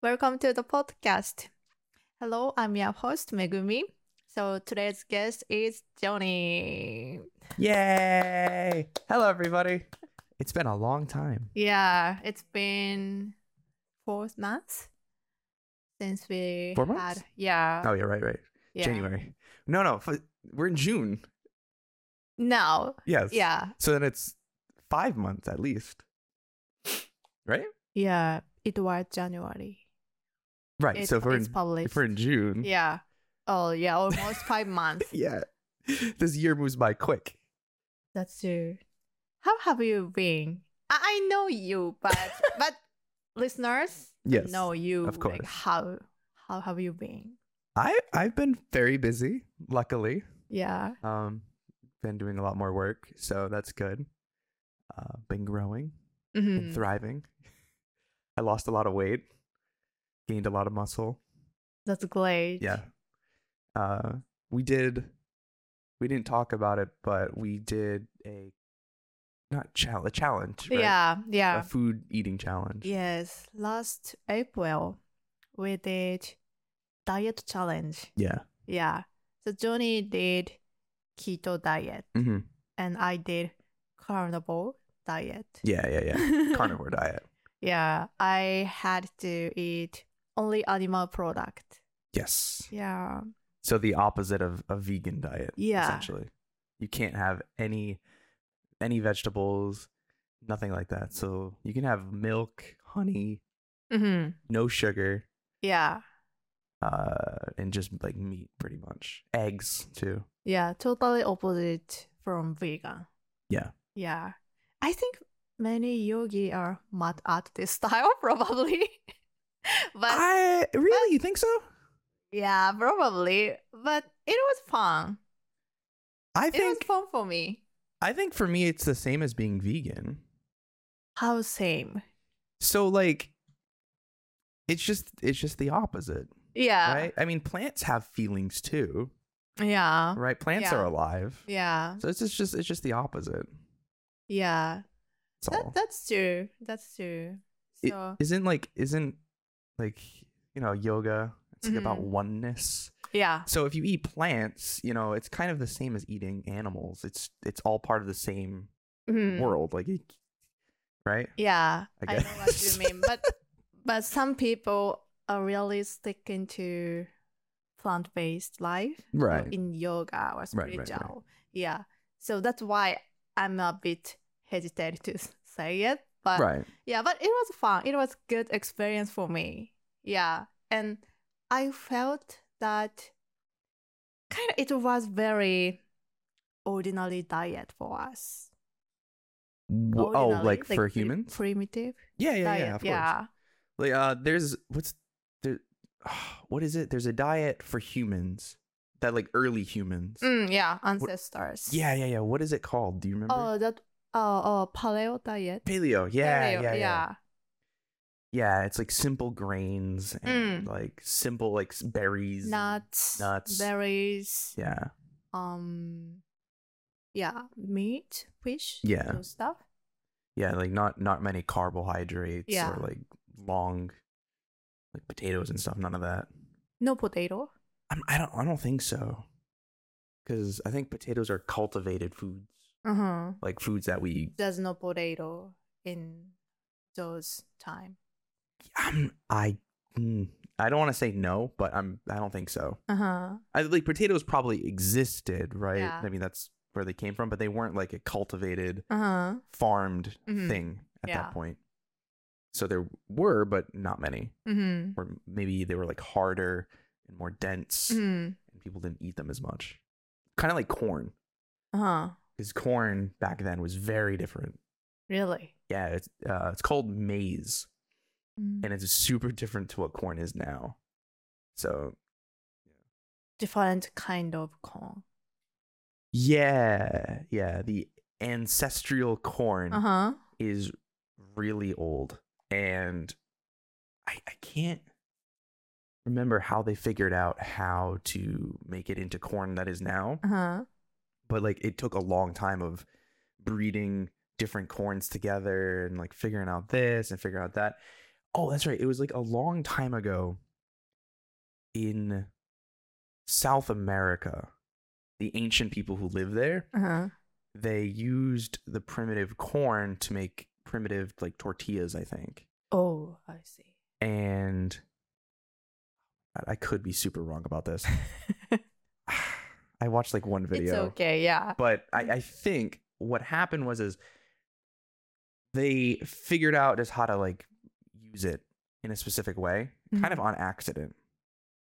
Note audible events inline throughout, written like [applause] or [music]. Welcome to the podcast. Hello, I'm your host, Megumi. So today's guest is Johnny. Yay! Hello, everybody. It's been a long time. Yeah, it's been four months since we Four had. months? Yeah. Oh, yeah, right, right. Uh, yeah. January. No, no, f- we're in June. No. Yes. Yeah. So then it's five months at least. Right? Yeah. It was January. Right. It- so if we're, it's in, published. if we're in June. Yeah. Oh, yeah. Almost five [laughs] months. Yeah. This year moves by quick. That's true. How have you been? I, I know you, [laughs] but but listeners Yes, know you. of Like course. how how have you been? I, I've been very busy, luckily. Yeah. Um, been doing a lot more work, so that's good. Uh, been growing. Mhm. and thriving. [laughs] I lost a lot of weight, gained a lot of muscle. That's great. Yeah. Uh, we did, we didn't talk about it, but we did a, not challenge, a challenge. right? Yeah. Yeah. A food eating challenge. Yes. Last April we did diet challenge. Yeah. Yeah. So Johnny did keto diet hmm and I did carnivore diet. Yeah. Yeah. [laughs] Yeah. Carnivore diet. Yeah, I had to eat only animal product. Yes. Yeah. So the opposite of a vegan diet. Yeah. Essentially, you can't have any, any vegetables, nothing like that. So you can have milk, honey, Mm-hmm. no sugar. Yeah. uh, and just like meat pretty much. Eggs too. Yeah. Totally opposite from vegan. Yeah. Yeah. I think many yogi are mad at this [laughs] style, probably. [laughs] but I really you think so? yeah, probably. But it was fun. I It was think fun for me. I think for me it's the same as being vegan. How same? So like it's just it's just the opposite, Yeah. right? I mean plants have feelings too, Yeah. right? Plants Uh-huh. Yeah. are alive. Yeah. So it's just, just it's just the opposite. Yeah. That's That, all. that's true. That's true. It- So isn't like isn't like you know yoga it's like about Mhm. oneness yeah. So if you eat plants, you know, it's kind of the same as eating animals. It's it's all part of the same Mhm. world, like it- right? Yeah, I, I know what you guess. mean, [laughs] but but some people are really sticking to plant-based life or Right. in yoga or right, spiritual. right. Yeah, so that's why I'm a bit hesitant to s- say it, but Right. yeah, but it was fun. It was good experience for me. Yeah, and I felt that kind of it was very ordinary diet for us. W- oh, Ordinary, like, for pre- humans? primitive. yeah, yeah, diet. yeah, of course. Like uh there's what's there [sighs] what is it? There's a diet for humans that like early humans. Mm, yeah, ancestors. Yeah, yeah, yeah. What is it called? Do you remember? Oh, that. Oh, oh, paleo diet. Paleo. Yeah, Paleo, yeah, yeah, yeah. it's like simple grains and like simple like s- berries. and- Nuts, Nuts. berries. Yeah. Um, yeah, meat, fish. Yeah. those stuff. yeah like not not many carbohydrates Yeah. or like long like potatoes and stuff none of that No potato. I'm, i don't i don't think so because i think potatoes are cultivated foods Uh huh. like foods that we There's no potato in those time. I'm, i mm, i don't want to say no but i'm i don't think so Uh huh. I, like potatoes probably existed right Yeah. i mean that's where they came from but they weren't like a cultivated Uh huh. farmed Mhm. thing at Yeah. that point so there were but not many Mm or maybe they were like harder and more dense hmm. Mm and people didn't eat them as much. Kind of like corn, hmm. Uh huh. because corn back then was very different. Really. Yeah, it's uh, it's called maize, Mm. and it's super different to what corn is now. So Different kind of corn. yeah, yeah, the ancestral corn Uh huh. is really old, and I I can't remember how they figured out how to make it into corn that is now. Uh huh. but like it took a long time of breeding different corns together and like figuring out this and figuring out that Oh, that's right. It was like a long time ago in South America. The ancient people who live there, Uh-huh. they used the primitive corn to make primitive like tortillas, I think. Oh, I see. And I- I could be super wrong about this. [sighs] I watched like one video. It's okay. Yeah. But I, Mm. I think what happened was is they figured out just how to like use it in a specific way, Mm. kind Mm-hmm. of on accident.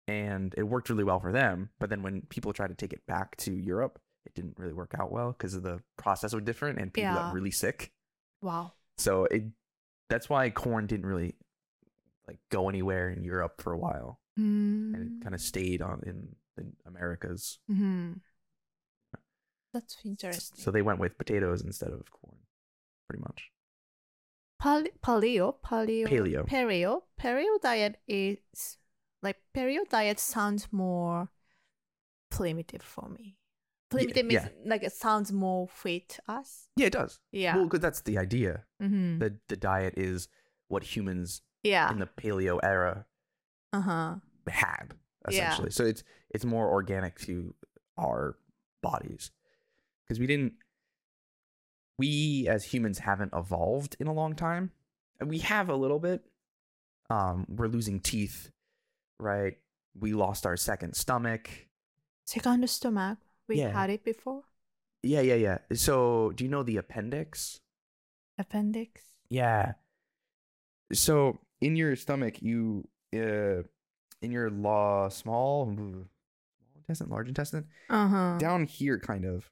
And it worked really well for them. But then when people tried to take it back to Europe, it didn't really work out well because the process was different and people Yeah. got really sick. Wow. So it that's why corn didn't really like go anywhere in Europe for a while. And it Mm-hmm. Mm. kind of stayed on in the Americas. hmm That's interesting. So they went with potatoes instead of corn, pretty much. Pal- paleo, paleo, Paleo. paleo, paleo diet is like paleo diet sounds more primitive for me. Primitive means yeah. like it sounds more fit us. Yeah, it does. Yeah. Well, because that's the idea. hmm The the diet is what humans yeah. in the paleo era Uh huh. had Yeah. essentially. So it's it's more organic to our bodies because we didn't we as humans haven't evolved in a long time. We have a little bit. Um, we're losing teeth, right? We lost our second stomach. Second stomach. We Yeah. had it before. Yeah, yeah, yeah. So, do you know the appendix? Appendix. Yeah. So in your stomach, you uh, in your law small small intestine, large intestine, Uh huh. down here, kind of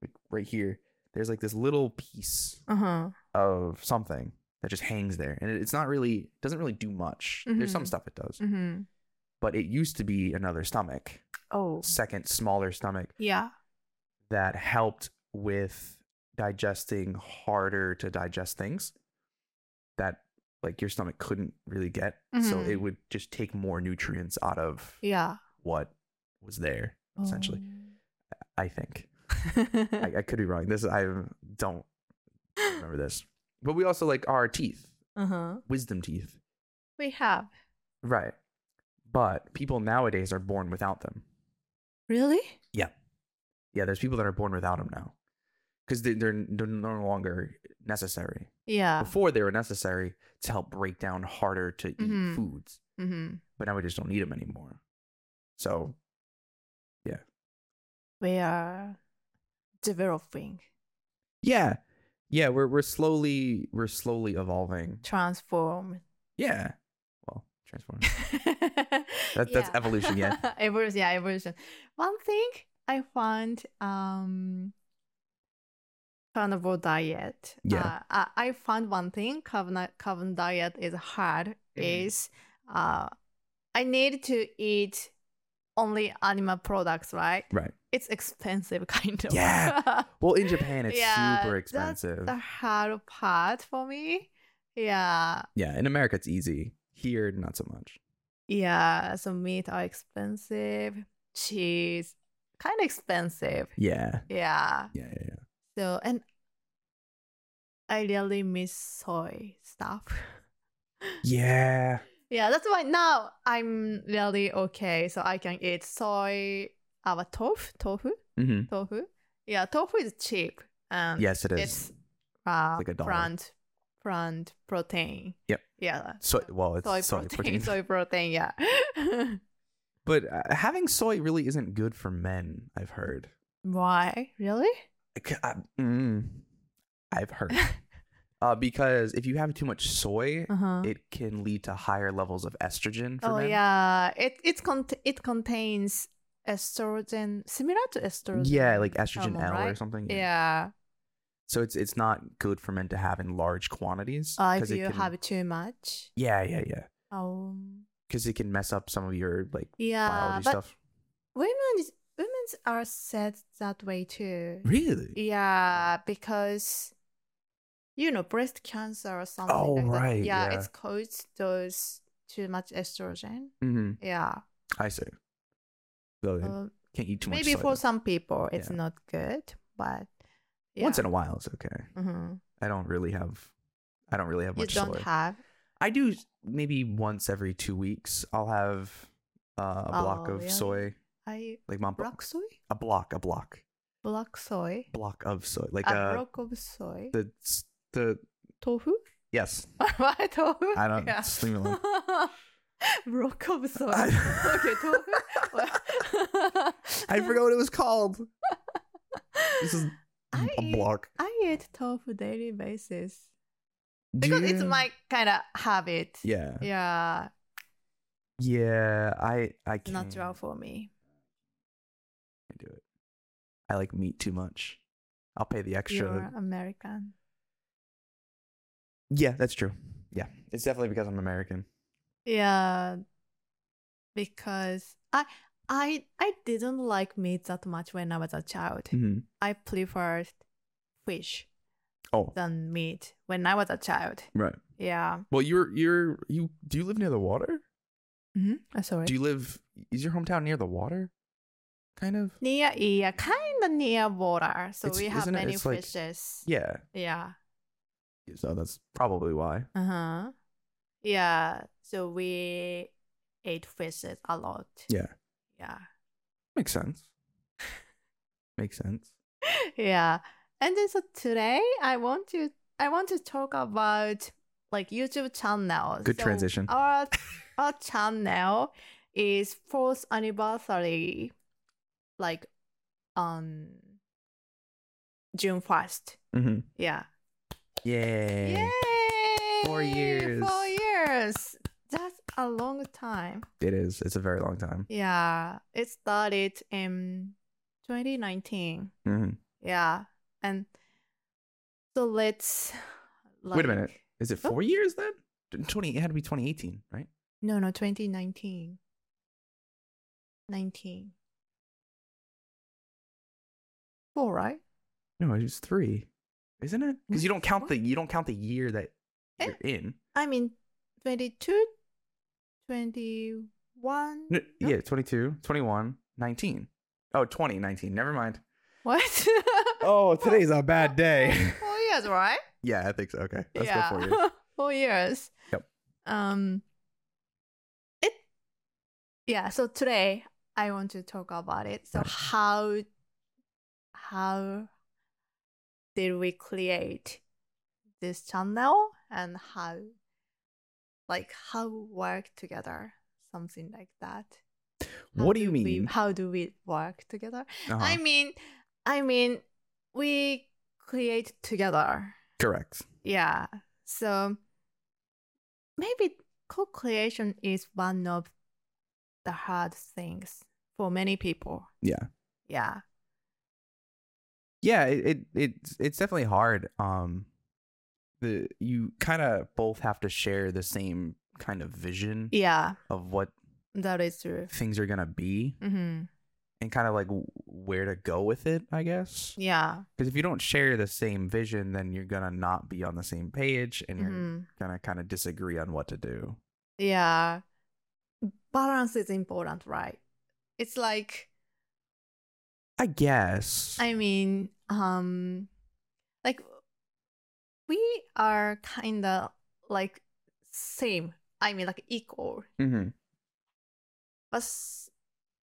like right here. There's like this little piece Uh huh. of something that just hangs there, and it- it's not really doesn't really do much. There's some Mhm. stuff it does, Mm-hmm. but it used to be another stomach, Oh. second smaller stomach Yeah. that helped with digesting harder to digest things that like your stomach couldn't really get so Mhm. it would just take more nutrients out of Yeah. what was there essentially i think Oh. [laughs] I, I could be wrong this i don't remember this but we also like our teeth uh-huh. wisdom teeth We have. right but people nowadays are born without them Really? yeah there's people that are born without them now because they, they're, they're no longer necessary Yeah. before they were necessary to help break down harder to eat Mhm. foods Mm-hmm. but now we just don't need them anymore so We are developing, yeah yeah we're, we're slowly we're slowly evolving [laughs] transform. yeah well transform [laughs] that's that's [laughs] evolution, yeah. evolution, yeah, evolution. One thing I found um carnivore diet. Yeah. Uh, I, I found one thing carnivore carnivore diet is hard Mhm. is uh I need to eat only animal products, right? right It's expensive [laughs] kind of. Yeah. well in japan it's Yeah, super that's expensive the hard part for me. Yeah. yeah in america it's easy here not so much Yeah. So meat are expensive. Cheese kind of expensive. yeah Yeah. yeah yeah, [gasps] yeah. So and I really miss soy stuff. [laughs] yeah yeah, that's why now I'm really okay. So I can eat soy our tofu tofu. hmm Tofu. Yeah, tofu is cheap. And yes it is Um, it's uh, like a dollar. plant plant protein. Yep. Yeah. so well it's Soy, soy, protein, [laughs] protein, Soy protein. Yeah. [laughs] [laughs] but uh, having soy really isn't good for men i've heard Why? Really? C- I, mm, I've heard. [laughs] uh, because if you have too much soy, Uh huh. it can lead to higher levels of estrogen for Oh men. yeah. It it cont it contains estrogen similar to estrogen. Yeah, like estrogen hormone, L or right? something. Yeah. So it's it's not good for men to have in large quantities. Uh, if 'cause it you can- have too much. Yeah, yeah, yeah. Um. Because it can mess up some of your like Yeah, biology Uh, but stuff. women is- women are set that way too. Really? Yeah, because you know, breast cancer or something. Oh, like that. right, Yeah, yeah. it's caused those too much estrogen. hmm Yeah. I see. So yeah, Uh, can't eat too much. maybe soy. for some people it's Yeah. not good, but once in a while, it's okay. hmm I don't really have. I don't really have you much don't soy. have. I do s- maybe once every two weeks. I'll have uh, a block Oh, of yeah. soy, I like mom, rock soy, a block, a block, black soy, block of soy, like a uh, block of soy, the s- the tofu. [laughs] yes. Why tofu? I don't- just leave me alone. [laughs] Rock of soy. I- [laughs] [laughs] okay, tofu. Well- I [laughs] forgot what it was called. This is I a eat- block. I eat tofu daily basis because it's Do- my kind of habit. yeah Yeah, yeah. I I it's can't natural for me. I do it. I like meat too much. I'll pay the extra. You're American. Yeah, that's true. Yeah, it's definitely because I'm American. [laughs] Yeah, because I I I didn't like meat that much when I was a child. Mm-hmm. I preferred fish Oh, than meat when I was a child. right. Yeah. Well, you're you're you. Do you live near the water? Mm-hmm. Oh, sorry. Do you live? Is your hometown near the water? Kind of. near yeah, kind of near border, so It's- we have isn't it- many it's like- fishes. Yeah. yeah. So that's probably why. Uh huh. Yeah. So we ate fishes a lot. Yeah, Yeah. makes sense. [laughs] makes sense. yeah and then so today i want to i want to talk about like youtube channel Good So transition. our our channel is fourth anniversary like on june 1st Mm-hmm. yeah Yay. yay Four years. four years that's a long time It is. It's a very long time. yeah it started in 2019 Mm-hmm. yeah. And so let's. Like, Wait a minute. Is it Oh. four years then? Twenty. It had to be 2018, right? No, no, 2019. 19. Four, right? No, it was three, isn't it? Because you don't count What? the you don't count the year that Eh. you're in. I mean, 22, 21. No, Yeah, 22, 21, 19. Oh, 20, 19. Never mind. What? [laughs] Oh, today's a bad [laughs] four years, right? [laughs] yeah, I think so. Okay. Let's yeah. [laughs] go for you. four years. Yep. Um. It. Yeah. So today I want to talk about it. So Right. how how did we create this channel and how like how we work together something like that How What do you we, mean? how do we work together Uh-huh. i mean i mean we create together Correct. yeah. So maybe co creation is one of the hard things for many people. Yeah. Yeah. Yeah, it, it it's it's definitely hard. Um the you kind of both have to share the same kind of vision Yeah. of what That is true. things are going to be Mm-hmm. and kind of like w- where to go with it, I guess. Yeah. Because if you don't share the same vision, then you're gonna not be on the same page, and you're hmm gonna kind of disagree on what to do. Yeah. Balance is important, right? It's like, I guess. I mean, um, like we are kind of like same. I mean, like equal. Mhm. But s-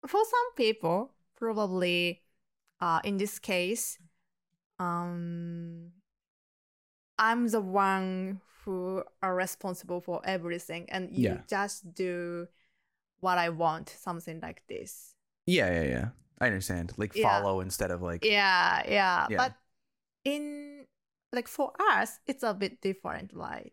for some people, probably uh, in this case, um, I'm the one who are responsible for everything, and you Yeah. just do what I want, something like this. Yeah, yeah, yeah. I understand. Like Yeah. follow instead of like. Yeah, [laughs] yeah. Yeah. But in like for us, it's a bit different, right?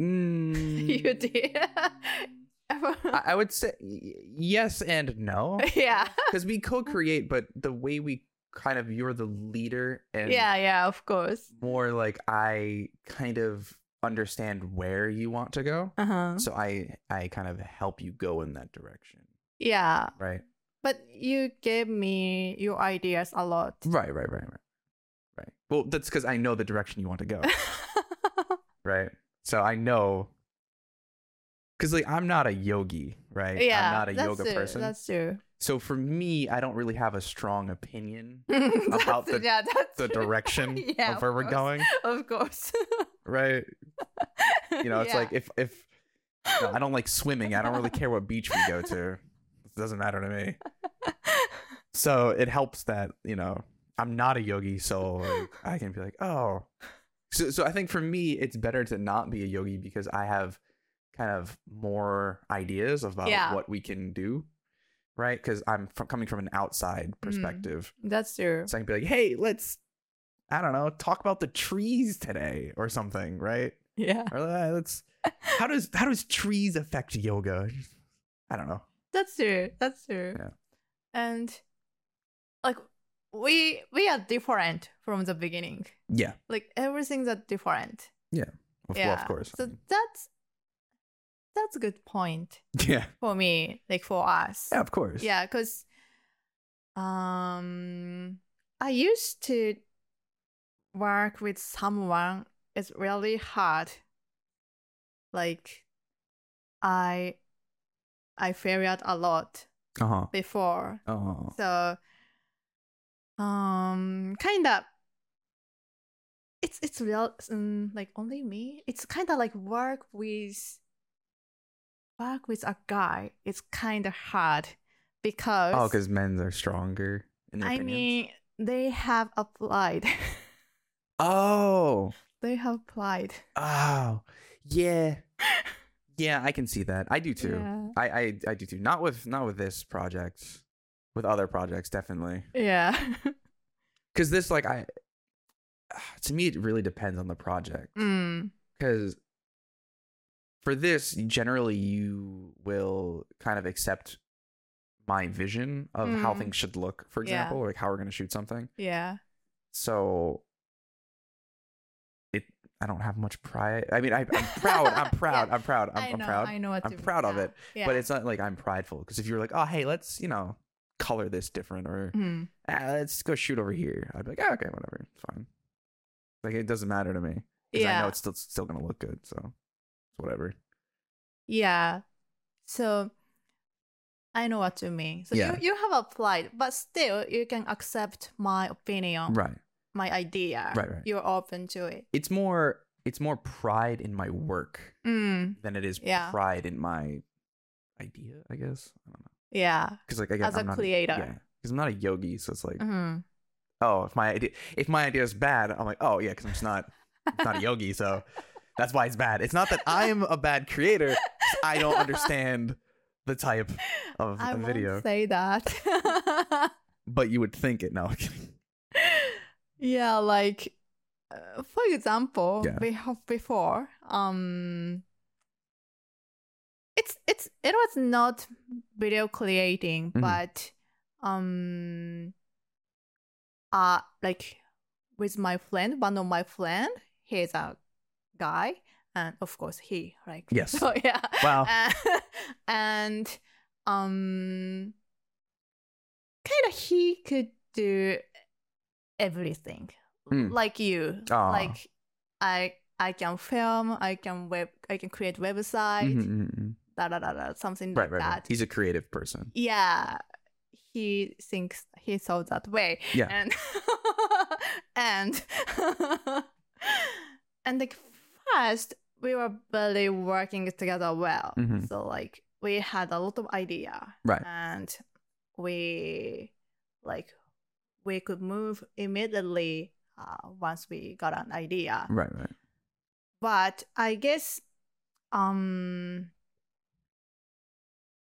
Mm, [laughs] You did. [laughs] I, I would say y- yes and [laughs] no, yeah, because we co-create, but the way we kind of you're the leader, and yeah, yeah. Of course. more like I kind of understand where you want to go, Uh huh. so I I kind of help you go in that direction, Yeah. right? But you gave me your ideas a lot. Right, right, right, right. Right. Well, that's because I [laughs] know the direction you want to go, right? So I know because like I'm not a yogi, right? yeah, I'm not a that's yoga true, person. That's true. So for me, I don't really have a strong opinion That's- [laughs] [laughs] About the- yeah, that's the true. direction Yeah, of where of we're course. going, [laughs] Of course. right? [laughs] You know, it's Yeah. like if if you know, I don't like swimming, I don't really care what beach we go to. It doesn't matter to me. So it helps that you know I'm not a yogi, so like, I can be like, oh. So so I think for me, it's better to not be a yogi because I have kind of more ideas about Yeah. what we can do, right? Because I'm from, coming from an outside Mm. perspective. that's true. So I can be like, hey, let's, I don't know, talk about the trees today or something, right? Yeah. Or uh, let's, how does how does trees affect yoga? I don't know. That's true. That's true. Yeah. And like we we are different from the beginning. Yeah, Like everything's are different. of, yeah. well, of course. So that's that's a good point [laughs] yeah, for me, like for us. yeah, of course. Yeah, because um I used to work with someone it's really hard. Like I I failed a lot Uh huh. before. Oh. So um kinda it's it's real um, like only me. It's kinda like work with work with a guy. It's kinda hard because Oh, because men's are stronger. Oh, In your I opinions? mean they have applied. [laughs] Oh. they have applied. Oh. Yeah. Yeah, I can see that. I do too. Yeah. I, I I do too. Not with not with this project. With other projects, definitely. Yeah. [laughs] because this like i [sighs] to me it really depends on the project mm. because for this generally you will kind of accept my vision of how Mm. things should look for Yeah. example like how we're going to shoot something Yeah. so it i don't have much pride i mean I, i'm proud i'm proud [laughs] Yeah. i'm proud i'm, I I'm know, proud I know what I'm you mean. proud of Yeah. it, Yeah. but it's not like i'm prideful because if you were like oh hey let's you know color this different or Mm. ah, let's go shoot over here. I'd be like, ah, okay, whatever, it's fine. Like it doesn't matter to me. 'cause I Yeah. know it's still still gonna look good, so it's whatever. Yeah. So I know what you mean. So Yeah. you, you have applied, but still you can accept my opinion, Right. my idea. Right, right. You're open to it. It's more it's more pride in my work Mm. than it is Yeah. pride in my idea, I guess. I don't know. Yeah. Because like again, As I'm a not creator. yeah. Because I'm not a yogi, so it's like, Mhm. oh, if my idea if my idea is bad, I'm like, oh yeah, because I'm just not I'm [laughs] not a yogi, so that's why it's bad. It's not that I'm a bad creator. it's I don't understand the type of I a won't video. say that. [laughs] but you would think it. No, I'm kidding. yeah, like uh, for example, Yeah. we have before. Um, it's it's it was not video creating, Mhm. but um, uh like with my friend, one of my friend, he's a guy, and of course he like [laughs] Yes. So yeah, Wow. uh, [laughs] and um kind of he could do everything Mm. like you Aw. like i i can film i can web i can create website Mhm, mhm, mhm. da, da, da, da, something Right, like right, that right. He's a creative person. yeah he thinks he thought that way Yeah. and and [laughs] and like first we were barely working together well Mhm. so like we had a lot of idea Right. and we like we could move immediately uh, once we got an idea Right, right. but I guess um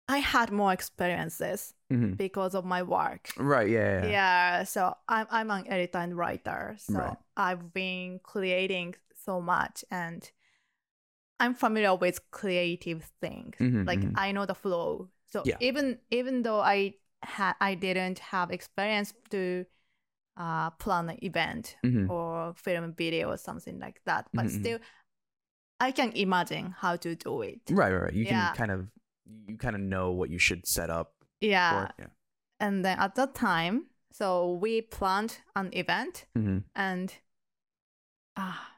I had more experiences hmm because of my work. Right, yeah, yeah. Yeah, yeah. so I'm I'm an editor and writer, so Right. I've been creating so much and I'm familiar with creative things. Mhm, Like mhm. I know the flow. So Yeah. even even though I had I didn't have experience to uh, plan an event, Mhm. or film video or something like that but Mhm, mhm. still i can imagine how to do it Right, right, right. You Yeah. can kind of you kind of know what you should set up yeah for. Yeah. and then at that time so we planned an event hmm and ah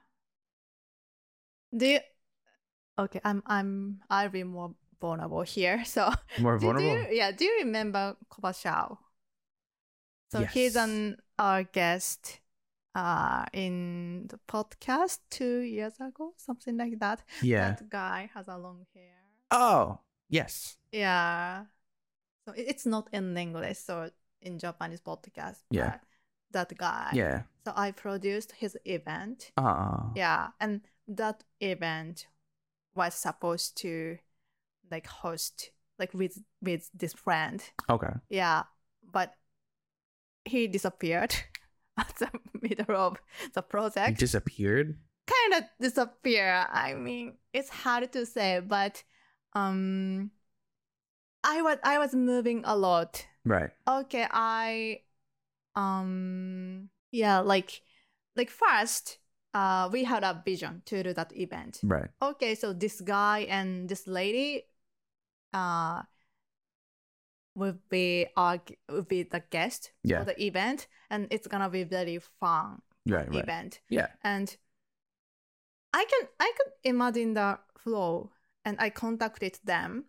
do you, okay, I'm I'm I'll be more vulnerable here. So [laughs] More do, do vulnerable. you, yeah, do you remember Koba Shao? So he's Yes. on our guest uh in the podcast two years ago, something like that. yeah. That guy has a long hair. Oh, yes. Yeah. So it- it's not in English, so in Japanese podcast. Yeah. but That guy. Yeah. So I produced his event. Uh, Yeah, and that event was supposed to like host like with with this friend. Okay. Yeah, but he disappeared [laughs] at the middle of the He project. disappeared. kind of disappear. I mean, it's hard to say, but um, I was I was moving a lot Right. okay i um yeah like like first uh we had a vision to do that event Right. okay so this guy and this lady uh would be our g- would be the guest Yeah. for the event and it's gonna be very fun Right. Right. event Yeah. and i can i could imagine the flow and i contacted them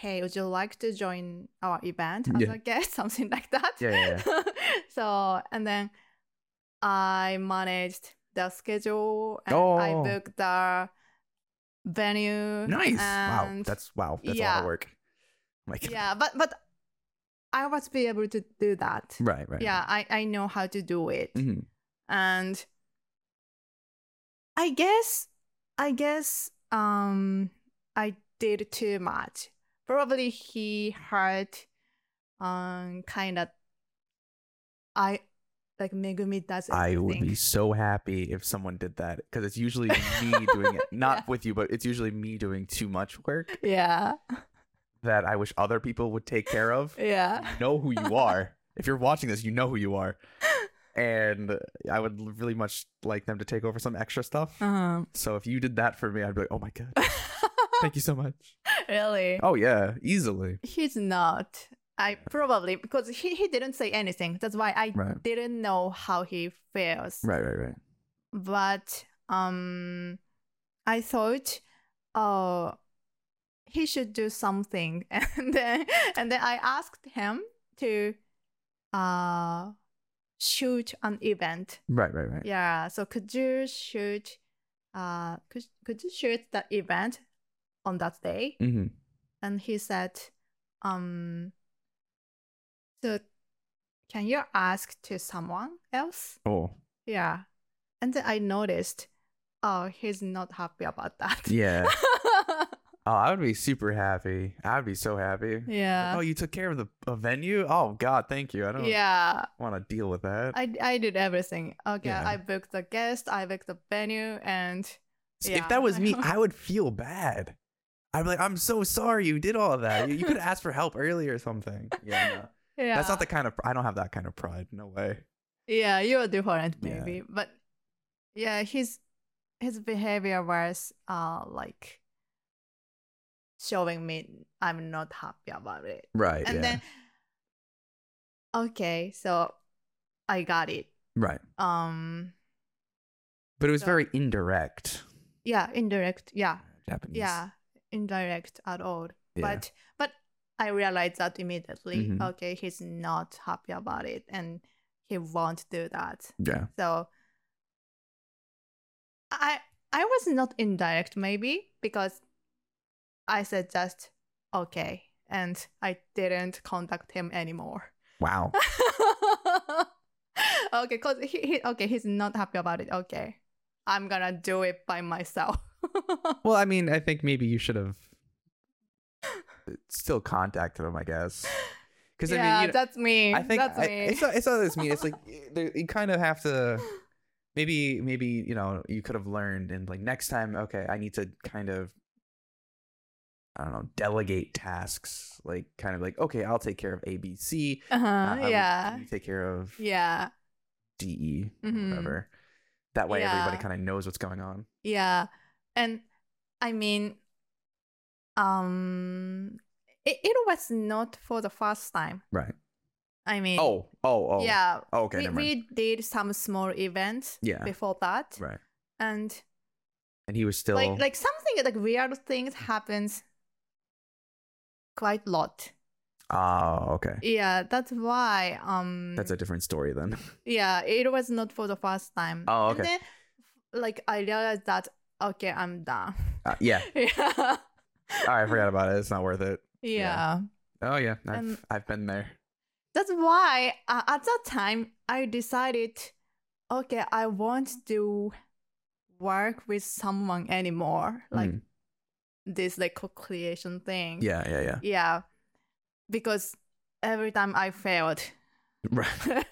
hey would you like to join our event as Yeah. a guest [laughs] something like that Yeah, yeah, [laughs] so and then i managed the schedule and i Oh. booked the venue Nice. wow. and- That's wow. That's a lot yeah. of work. Oh Like. yeah but but i was be able to do that Right. Right. yeah i i know how to do it hmm and i guess i guess um i did too much probably he heard um kind of i like megumi does I would everything. be so happy if someone did that because [laughs] it's usually me doing it, not Yeah. with you, but it's usually me doing too much work [laughs] yeah that I wish other people would take care of. yeah you know who you are. if you're watching this, you know who you [laughs] are. And I would l- really much like them to take over some extra stuff. um [laughs] So if you did that for me, I'd be like, oh my God, thank you so much. really Oh, yeah, easily. he's not i probably because he, he didn't say anything that's why i Right. didn't know how he feels Right, right, right. but um i thought oh he should do something [laughs] and then and then i asked him to uh shoot an event Right, right, right. yeah so could you shoot uh could, could you shoot that event on that day hmm and he said um so can you ask to someone else Oh, yeah. And then I noticed, oh, he's not happy about that. yeah. oh, I would be super happy. I would be so happy. Like, [laughs] yeah. Oh, you took care of the a venue? Oh, God, thank you. I don't yeah. want to deal with that. I, I did everything. Okay. Yeah. I booked the guest, I booked the venue, and See, yeah. If that was me, I would feel bad. I'd be like, I'm so sorry you did all that. You, you could have asked for help earlier or something. Yeah, no. [laughs] yeah. That's not the kind of I don't have that kind of pride. No way. Yeah, you're different, Yeah. maybe. But yeah, his his behavior was uh like showing me I'm not happy about it. Right. And then okay, so I got it. right. Um But it was so- very indirect. yeah indirect yeah Japanese. yeah indirect at all Yeah. but but i realized that immediately Mhm. okay he's not happy about it and he won't do that Yeah. so i i was not indirect maybe because i said just okay and i didn't contact him anymore [laughs] Wow. okay because he, he okay he's not happy about it okay i'm gonna do it by myself [laughs] well, I mean, I think maybe you should have still contacted him, I guess. Because I yeah, mean, you know, that's me. I think that's I- me. it's not. It's not this mean. It's like there- you kind of have to. Maybe, maybe you know, you could have learned, and like next time, okay, I need to kind of. I don't know, delegate tasks. Like, kind of like, okay, I'll take care of A, B, C. [laughs] uh-huh, Uh, I would- yeah, can you take care of yeah, DE or Mhm. whatever. That way, everybody Yeah. kind of knows what's going on. yeah. And I mean, um, it, it was not for the first time. Right. I mean, Oh, oh, oh. yeah. Oh, okay. we, never mind. we did some small events Yeah. before that, Right. and and he was still like like something like weird things happens quite lot oh okay yeah that's why um that's a different story then [laughs] yeah it was not for the first time Oh, And okay. then, like i realized that okay i'm done [laughs] Uh, yeah yeah all right i forgot about it it's not worth it yeah oh yeah i've, Um, I've been there that's why uh, at that time i decided okay i won't do work with someone anymore like Mm. this like co-creation thing yeah yeah [laughs] yeah yeah because every time i failed right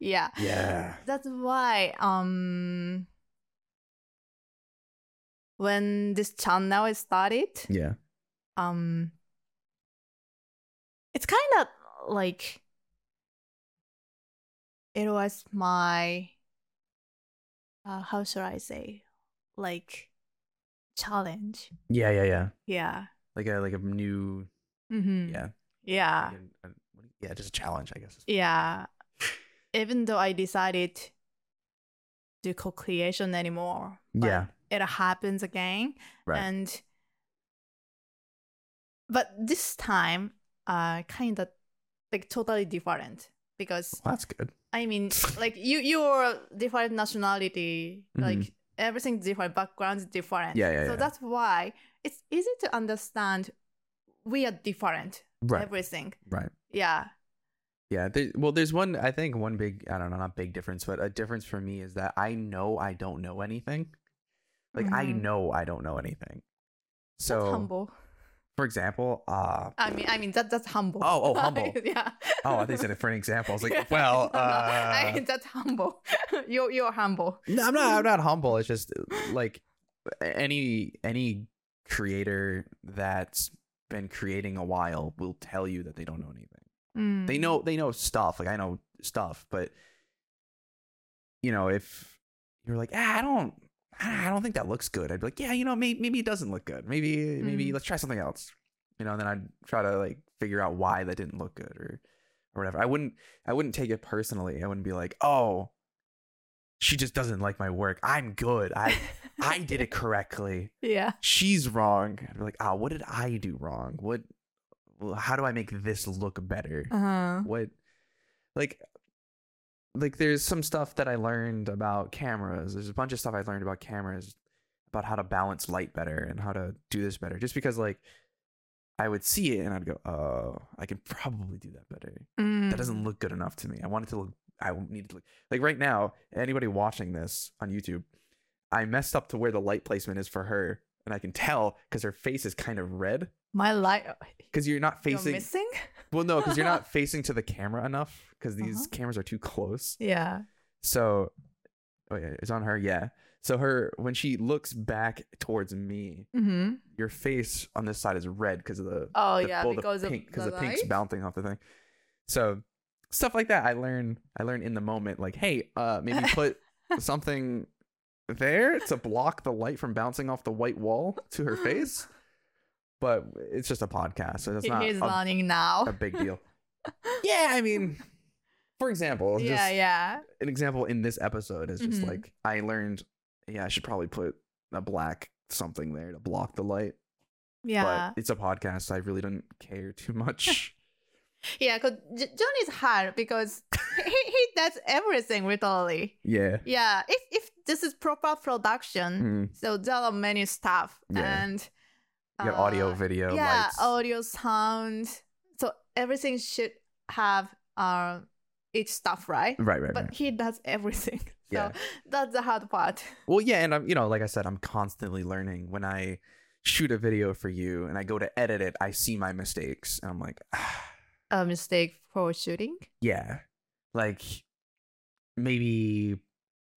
yeah yeah that's why um when this channel is started yeah um it's kind of like it was my uh, how should i say like challenge yeah yeah yeah yeah like a like a new mm-hmm. yeah yeah like a- a- what do you- yeah just a challenge i guess Yeah. Even though I decided do co-creation anymore. but Yeah. It happens again. Right. And but this time uh kinda like totally different because well, that's good I mean [laughs] like you you're different nationality, Mhm. like everything's different, background's different. Yeah, yeah, So yeah. that's why it's easy to understand we are different. right Everything. right Yeah. Yeah, there, well, there's one. I think one big. I don't know, not big difference, but a difference for me is that I know I don't know anything. Like I Mhm. know I don't know anything. So, humble. for example, uh I mean, I mean that that's humble. Oh, [laughs] oh, humble. yeah. oh, I think said it for an example. I was like, [laughs] Yeah. well, No, no, I uh, mean, that's humble. [laughs] you you're humble. no, I'm not. I'm not humble. It's just like any any creator that's been creating a while will tell you that they don't know anything. Mm. they Mm-hmm. know they know stuff like i know stuff but you know if you're like ah, i don't i don't think that looks good i'd be like yeah you know maybe, maybe it doesn't look good maybe maybe Mm. let's try something else you know and then i'd try to like figure out why that didn't look good or or whatever i wouldn't i wouldn't take it personally i wouldn't be like oh she just doesn't like my work i'm good [laughs] i i did it correctly yeah. she's wrong i'd be like ah what did i do wrong what how do i make this look better Uh-huh. what like like there's some stuff that i learned about cameras there's a bunch of stuff i learned about cameras about how to balance light better and how to do this better just because like i would see it and i'd go oh i can [laughs] probably do that better Mm. that doesn't look good enough to me i want it to look i need it to look like right now anybody watching this on youtube i messed up to where the light placement is for her and i can tell because her face is kind of red My light. because you're not You're facing missing. well, no, because you're [laughs] not facing to the camera enough because these Uh-huh. cameras are too close. Yeah. So, oh yeah, it's on her. Yeah. So her when she looks back towards me, Mm-hmm. your face on this side is red because of the Oh the- yeah, well, because the pink of the, the pink's light? bouncing off the thing. So stuff like that, I learn. I learn in the moment, like, hey, uh, [laughs] maybe put something there to block the light from bouncing off the white wall to [gasps] her face. But it's just a podcast, so that's He- not He's a learning now. a big [laughs] deal. yeah, I mean, for example, just yeah, yeah. an example in this episode is just Mhm. like I learned. Yeah, I should probably put a black something there to block the light. Yeah. But it's a podcast, so I really don't [laughs] care too much. yeah, because J- John is hard because he, he does everything literally. yeah. Yeah. If if this is proper production, Mm. so there are many stuff Yeah. and You got uh, audio, video, yeah oh, lights. audio sound so everything should have uh each stuff right right, right, but right. he does [laughs] everything so Yeah. that's the hard part Well, yeah, and I'm, you know, like I said, I'm constantly learning. When I shoot a video for you and I go to edit it, I see my mistakes, and I'm like, ah, a mistake for shooting yeah like maybe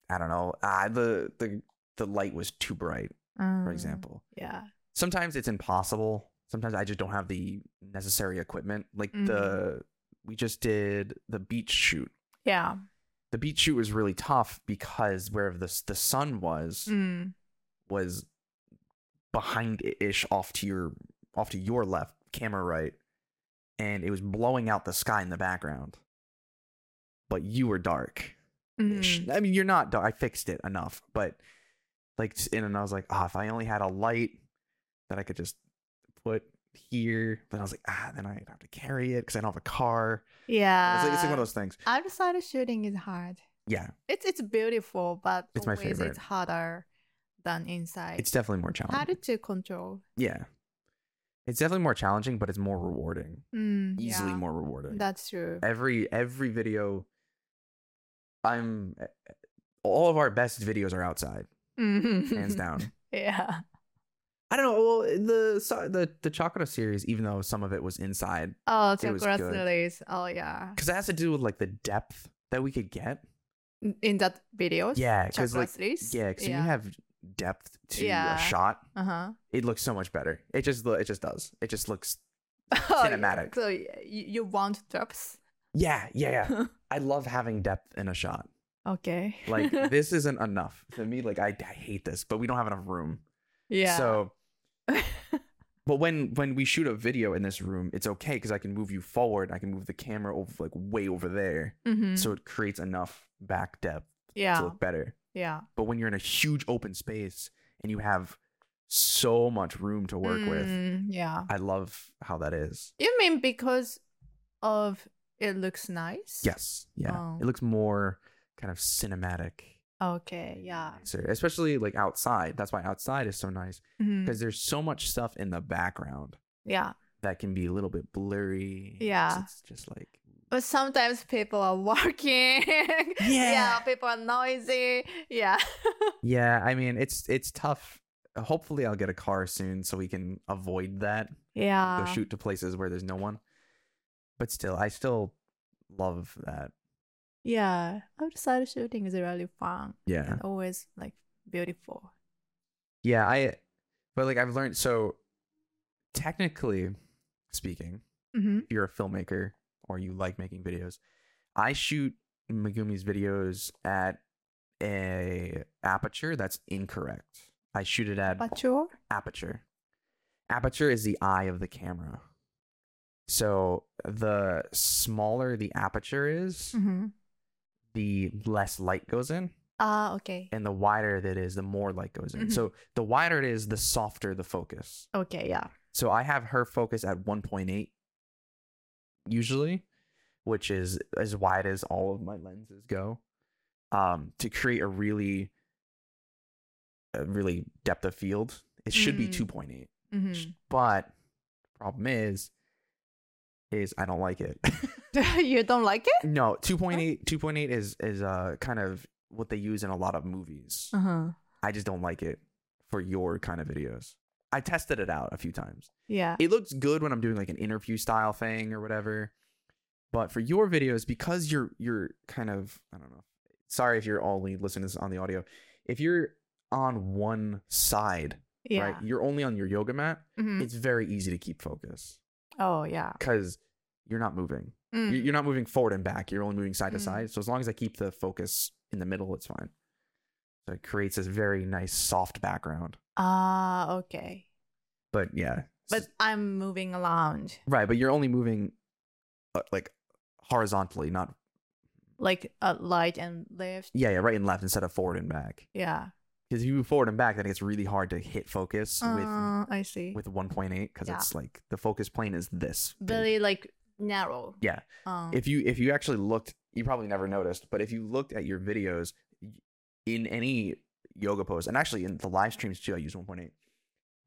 i don't know uh, the the the light was too bright for Um, example yeah sometimes it's impossible sometimes i just don't have the necessary equipment like the we just did the beach shoot yeah the beach shoot was really tough because where the s- the sun was mm. was behind ish off to your off to your left camera right and it was blowing out the sky in the background but you were dark ish. mm. I mean, you're not dark. I fixed it enough, but like in and I was like, ah, if I only had a light that I could just put here. But I was like, ah, then I'd have to carry it because I don't have a car. Yeah. it's like it's Uh, like one of those things. Outside shooting is hard. Yeah, It's it's beautiful, but It's my always favorite. it's harder than inside. it's definitely more challenging. harder to control. yeah, it's definitely more challenging, but it's more rewarding. Mm, Easily yeah. more rewarding. That's true. every every video, I'm eh, all of our best videos are outside, [laughs] hands down. Mm-hmm. Yeah. I don't know. Well, the so- the the Chocolate series, even though some of it was inside, Oh, It was Sakura good. series. Oh, yeah. because it has to do with like the depth that we could get. In- In that video. Yeah, because Sakura like series. yeah, because when you have depth to Yeah. a shot, Uh [laughs] huh. it looks so much better. It just lo- it just does. It just looks Cinematic. Oh, So y- you, you want drops. yeah yeah yeah. [laughs] I love having depth in a shot. okay. Like this isn't enough to me. Like I, I hate this, but we don't have enough room. [laughs] yeah. [laughs] So, but when when we shoot a video in this room, it's okay because I can move you forward. I can move the camera over like way over there, Mhm. so it creates enough back depth yeah. to look better. yeah. But when you're in a huge open space and you have so much room to work with, Mm, Yeah. I love how that is. You mean because of it looks nice? Yes. Yeah. Oh. It looks more kind of cinematic. Okay. Eh, Yeah. nicer, Especially like outside. That's why outside is so nice Mhm. because there's so much stuff in the background Yeah. that can be a little bit blurry. So Yeah. It's just like, But sometimes people are [laughs] walking. Yeah. People are noisy. Yeah. yeah, I mean, it's it's tough. Hopefully, I'll get a car soon so we can avoid that. Yeah. Go shoot to places where there's no one. But still, I still love that. Yeah. Outside shooting is really fun. Yeah. and Always like beautiful. Yeah, I but like I've learned so technically speaking, Mm-hmm. if you're a filmmaker or you like making videos, I shoot Megumi's videos at a aperture that's incorrect. I shoot it at But sure. aperture. Aperture is the eye of the camera. So the smaller the aperture is, Mm-hmm. the less light goes in Ah. okay. and the wider that is, the more light goes in. Mhm. So the wider it is, the softer the focus. Okay. Yeah. So I have her focus at 1.8 usually, which is as wide as all of my lenses go, um, to create a really, a really depth of field. It should be Mm. 2.8, Mm-hmm. but problem is, is I don't like it. [laughs] [laughs] you don't like it? no, 2.8, 2.8 is is uh kind of what they use in a lot of movies. Uh-huh. I just don't like it for your kind of videos. I tested it out a few times. Yeah. It looks good when I'm doing like an interview style thing or whatever. But for your videos, because you're you're kind of I don't know. Sorry if you're only listening to this on the audio. If you're on one side, yeah. right? You're only on your yoga mat. Mhm. It's very easy to keep focus Oh yeah. because you're not moving. You- Mm. You're not moving forward and back. You're only moving side to Mm. side. So as long as I keep the focus in the middle, it's fine. So it creates this very nice soft background. Ah, okay. But yeah, it's But just- I'm moving around, right. But you're only moving uh, like horizontally, not like a light and left. yeah, yeah, right and left instead of forward and back. Yeah. Because if you move forward and back, then it's really hard to hit focus Uh, I see. with with 1.8 because Yeah. it's like the focus plane is this. big. Very like narrow. Yeah. Um, if you if you actually looked you probably never noticed but if you looked at your videos y- in any yoga pose and actually in the live streams too i use 1.8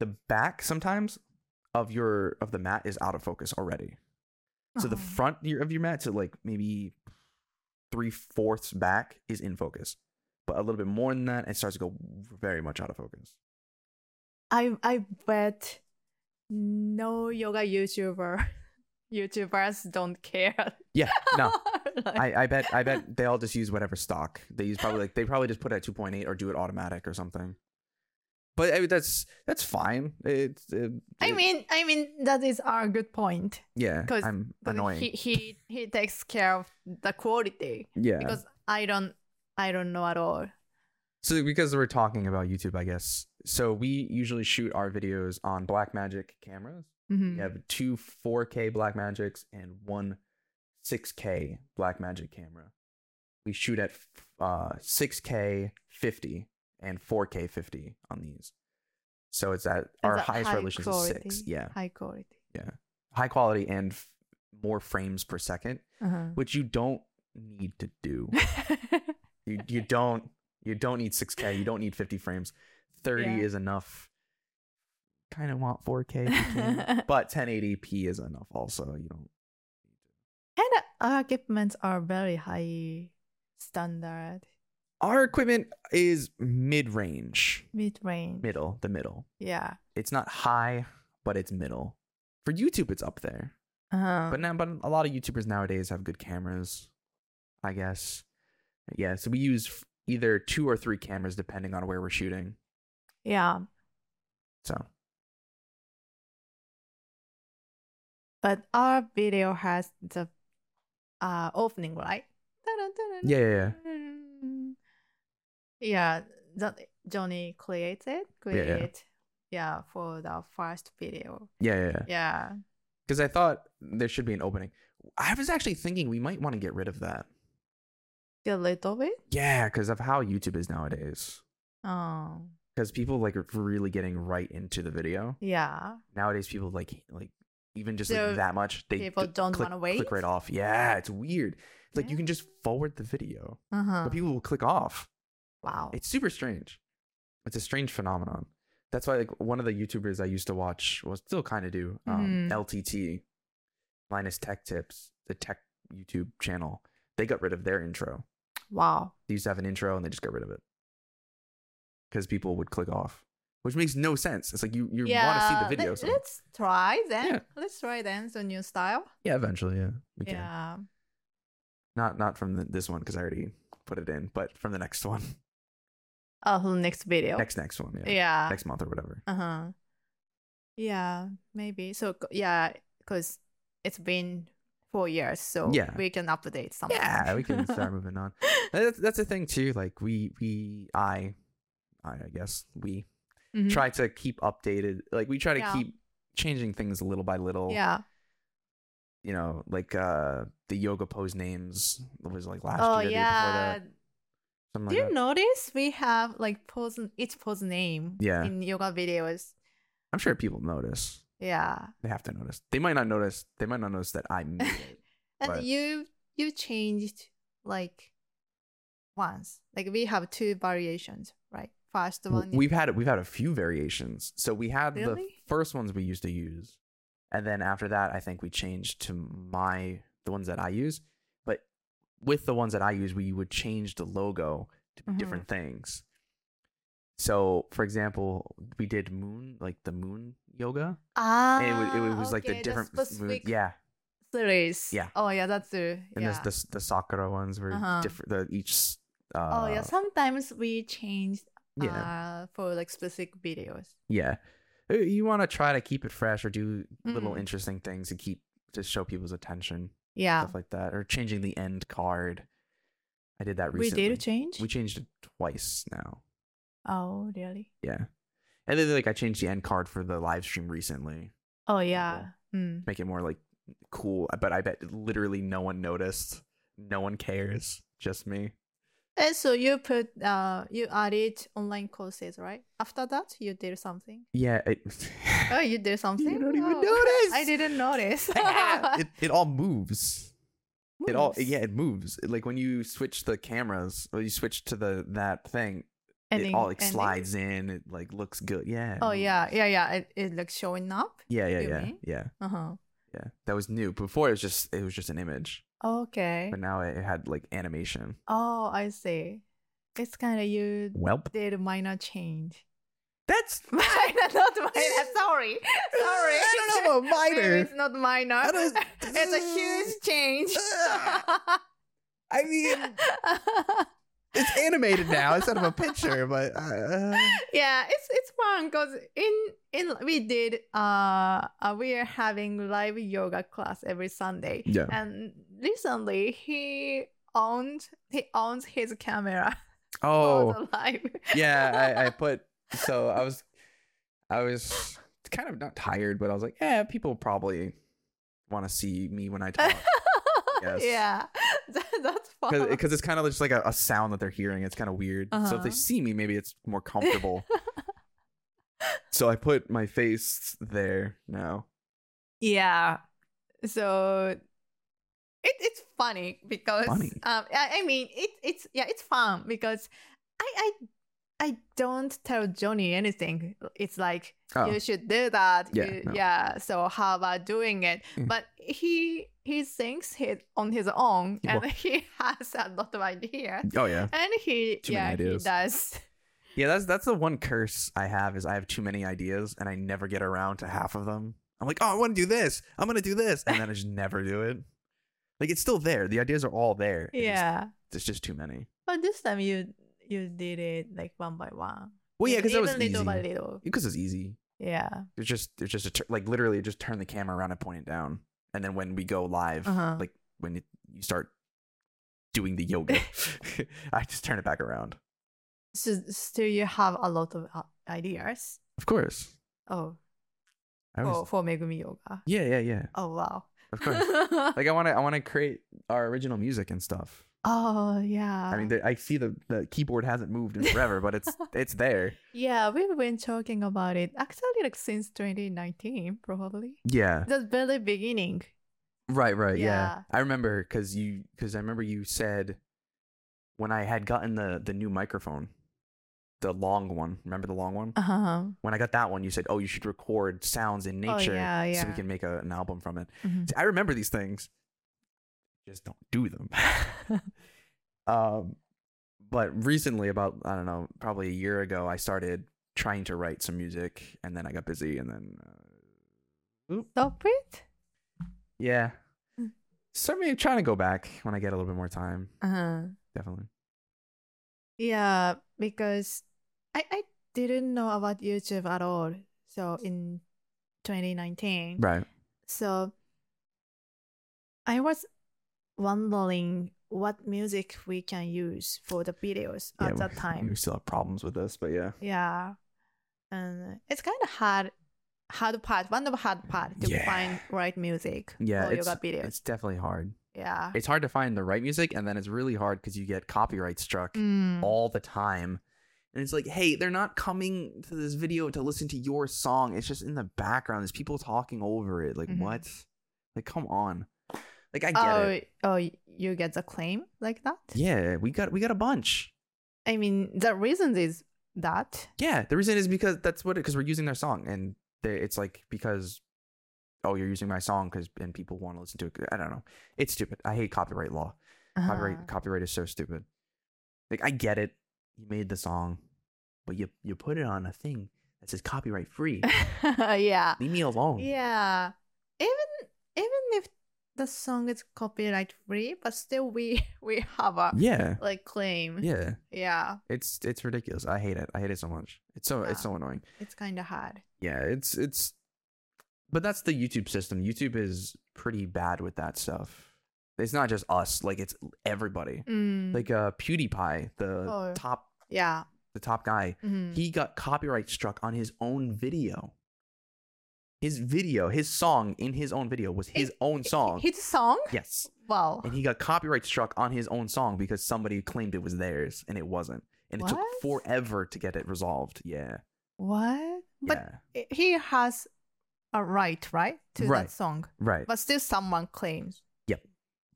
the back sometimes of your of the mat is out of focus already so the uh-huh. front of your- of your mat to like maybe three fourths back is in focus but a little bit more than that it starts to go very much out of focus I I bet no yoga YouTuber [laughs] YouTubers don't care. yeah no [laughs] Like- I, I bet I bet they all just use whatever stock they use. Probably like they probably just put it at two point eight or do it automatic or something. But I mean, that's that's fine. It's uh, I it- mean I mean that is our good point. yeah, 'cause- I'm 'Cause annoying. He he he takes care of the quality yeah, because I don't I don't know at all. so because we're talking about YouTube, I guess. So we usually shoot our videos on Blackmagic cameras. Mhm. We have two 4K Blackmagics and one 6K Blackmagic camera. We shoot at uh 6K 50 and 4K 50 on these. So it's at our that highest high resolution is quality? six. Yeah, High quality. high quality and f- more frames per second, [laughs] Uh-huh. which you don't need to do. you [laughs] you don't you don't need 6K. You don't need 50 frames. 30 Yeah. is enough. Kind of want 4K, if [laughs] you can. but 1080p is enough. Also, you don't and our equipments are very high standard, our equipment is mid range, mid range. middle, the middle. Yeah. It's not high, but it's middle. For YouTube, it's up there. Uh-huh. But now, but a lot of YouTubers nowadays have good cameras, I guess. Yeah, so we use f- either two or three cameras depending on where we're shooting. yeah. So But our video has the uh, opening, right? Dun, dun, dun, yeah, yeah, yeah. dun. Yeah. That Johnny created, yeah. create. yeah, for the first video. yeah, yeah, yeah. Yeah. Because I thought there should be an opening. I was actually thinking we might want to get rid of that. A little bit. Yeah, because of how YouTube is nowadays. Oh, Because people like are really getting right into the video. yeah. nowadays people like like even just So like that much they people d- don't click- wanna wait? click right off yeah it's weird it's like you Yeah. can just forward the video Uh huh. but people will click off Wow. it's super strange it's a strange phenomenon that's why like one of the youtubers i used to watch well still kind of do um, Mhm. ltt linus tech tips the tech youtube channel they got rid of their intro Wow. they used to have an intro and they just got rid of it because people would click off which makes no sense it's like you, you want to see the let- video so Let's try then. Yeah. Let's try then the new style. yeah eventually yeah we can Yeah. not not from the, this one because I already put it in, but from the next one, Oh, the next video. next next one, yeah. yeah. next month or whatever. Uh huh. Yeah. Maybe. So c- yeah, because it's been four years, so Yeah. we can update something. [laughs] Yeah, we can start moving on. And That's that's the thing too. Like we we I I, I guess we Mhm. try to keep updated. Like we try to Yeah. keep changing things little by little. Yeah. You know, like uh the yoga pose names was like last Oh year, the year yeah. before that, something Do like you that. notice we have like pose each pose name Yeah. in yoga videos? I'm sure people notice. Yeah. They have to notice. They might not notice. They might not notice that I made it. And But- you you changed like once. Like we have two variations, right? First W- one. we've had we've had a few variations. So we had the Really? first ones we used to use, and then after that, I think we changed to my the ones that I use. But with the ones that I use, we would change the logo to be Mhm. different things. So, for example, we did moon like the moon yoga, ah, and it was, it was like okay, the different moon, specific yeah. series. Yeah. Oh yeah, that's true. And yeah. there's the s- the sakura ones were Uh-huh. different. The each uh, oh yeah. Sometimes we change yeah. uh, for like specific videos. Yeah. Uh, You want to try to keep it fresh or do little Mm. interesting things to keep to show people's attention, Yeah. stuff like that, or changing the end card. I did that We recently. did change. We changed it twice now. oh really? Yeah. And then like I changed the end card for the live stream recently, Oh yeah. Mm. make it more like cool, uh, but I bet literally no one noticed. No one cares, just me. And so you put uh you added online courses, right? After that, you did something. Yeah, [laughs] it [laughs] Oh, you did something. don't even Oh, notice. [laughs] I didn't [laughs] notice. it, it all moves. [laughs] it all Moves. yeah it moves It- like when you switch the cameras or you switch to the that thing it Ending- all like ending. slides in it like looks good yeah it Oh yeah, moves. yeah, yeah. It, it like showing up. yeah yeah You yeah mean? yeah Uh huh. yeah that was new before it was just it was just an image Okay. but now it had like animation Oh, I see. It's kind of you well did minor change. [laughs] that's minor, not minor. Sorry, [laughs] sorry. I don't know about [laughs] Maybe minor. It's not minor. [laughs] I don't- [laughs] it's a huge change. [laughs] Ugh. i mean it's animated now instead of a picture but [laughs] uh, yeah it's it's fun because in in we did uh uh, we are having live yoga class every sunday Yeah. and recently he owned he owns his camera [laughs] oh for the live yeah, I, I put so I was I was kind of not tired, but I was like, yeah, people probably want to see me when I talk. Yes. [laughs] yeah that, That's fun. because it's kind of just like a, a sound that they're hearing. It's kind of weird. So if Uh-huh. they see me, maybe it's more comfortable. so I put my face there now. yeah. So it, it's funny because Funny. um I, I mean it it's yeah, it's fun because I I I don't tell Johnny anything. It's like Oh, you should do that. Yeah, you- no. yeah. So how about doing it? Mm. But he he thinks he on his own Yeah. and [laughs] he has a lot of ideas. oh yeah, And he Too many yeah, he ideas. [laughs] does. yeah. That's that's the one curse I have is I have too many ideas and I never get around to half of them. I'm like, oh, I want to do this. I'm gonna do this, and then I just never do it. Like it's still there. The ideas are all there. It just- Yeah. it's just too many. But this time you you did it like one by one. Well, yeah, Even- because that was even little by easy. little. Because it's easy. Yeah. It's just it's just a tur- like literally just turn the camera around and point it down, and then when we go live, Uh-huh. like when it, you start doing the [laughs] yoga, [laughs] I just turn it back around. So still you have a lot of uh, ideas. Of course. Oh, I for, was, for Megumi Yoga. Yeah, yeah, yeah. Oh wow. Of course. like I want to I want to create our original music and stuff. [laughs] oh yeah. I mean, the, I see the the keyboard hasn't moved in forever, but it's it's there. yeah, we've been talking about it actually like since 2019 probably. Yeah. That's barely beginning. Right, right, yeah. Yeah. I remember because you because I remember you said when I had gotten the the new microphone, the long one. Remember the long one? Uh huh. When I got that one, you said, "Oh, you should record sounds in Oh, nature yeah, so we yeah. can make a, an album from it." Mhm. See, I remember these things, just don't do them. [laughs] um, but recently, about I don't know, probably a year ago, I started trying to write some music, and then I got busy, and then uh, Stop it. yeah, Mm. so I'm trying to go back when I get a little bit more time. Uh huh. Definitely. Yeah, because I I didn't know about YouTube at all. So in 2019, Right. so I was wondering what music we can use for the videos at that Oh, time. we still have problems with this, but yeah. Yeah, and it's kind of hard. Hard part, one of the hard part to Yeah. find right music Yeah, for it's- yoga videos. It's definitely hard. yeah. It's hard to find the right music, and then it's really hard because you get copyright struck Mm. all the time. And it's like, hey, they're not coming to this video to listen to your song. It's just in the background. There's people talking over it. Like, Mhm. what? Like, come on. Like, I get oh, it. oh, you get the claim like that? Yeah, we got we got a bunch. I mean, the reason is that Yeah, the reason is because that's what because we're using their song, and they, it's like because oh, you're using my song because and people want to listen to it. I don't know. It's stupid. I hate copyright law. Uh-huh. Copyright copyright is so stupid. Like I get it. You made the song, but you you put it on a thing that says copyright free. [laughs] yeah. Leave me alone. Yeah. Even even if the song is copyright free, but still we [laughs] we have a Yeah. like claim. Yeah. Yeah. It's it's ridiculous. I hate it. I hate it so much. It's so Yeah. it's so annoying. It's kinda hard. Yeah, it's it's but that's the YouTube system. YouTube is pretty bad with that stuff. It's not just us, like it's everybody. Mm. Like uh PewDiePie, the Oh. top yeah. the top guy, Mhm. he got copyright struck on his own video. His video, his song in his own video was his own song. His song? yes. Wow. And he got copyright struck on his own song because somebody claimed it was theirs and it wasn't. And it took What? forever to get it resolved. Yeah. What? But yeah. i- he has a right, right? To Right. that song. Right. But still someone claims.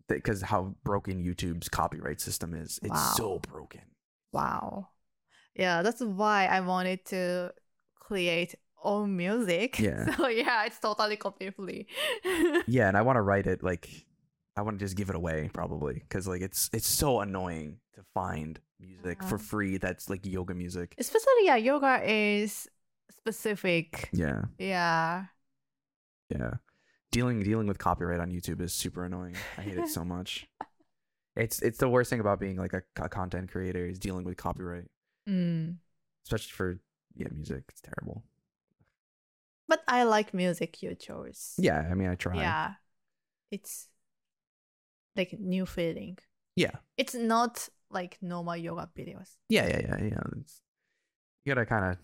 Because how broken YouTube's copyright system is. It's Wow. so broken. [laughs] Wow. Yeah, that's why I wanted to create own music. Yeah. [laughs] So yeah, it's totally copy [laughs] free. Yeah. And I want to write it like, I want to just give it away probably because like it's it's so annoying to find music for Uh-huh. free that's like yoga music. Especially yeah, yoga is specific. Yeah. Yeah. Yeah. Dealing dealing with copyright on YouTube is super annoying. I hate it so much. It's it's the worst thing about being like a, a content creator is dealing with copyright, Mm. especially for yeah, music. It's terrible. But I like music you chose. Yeah, I mean, I try. Yeah. It's like new feeling. Yeah. It's not like normal yoga videos. Yeah, yeah, yeah, yeah. It's, you got to kind of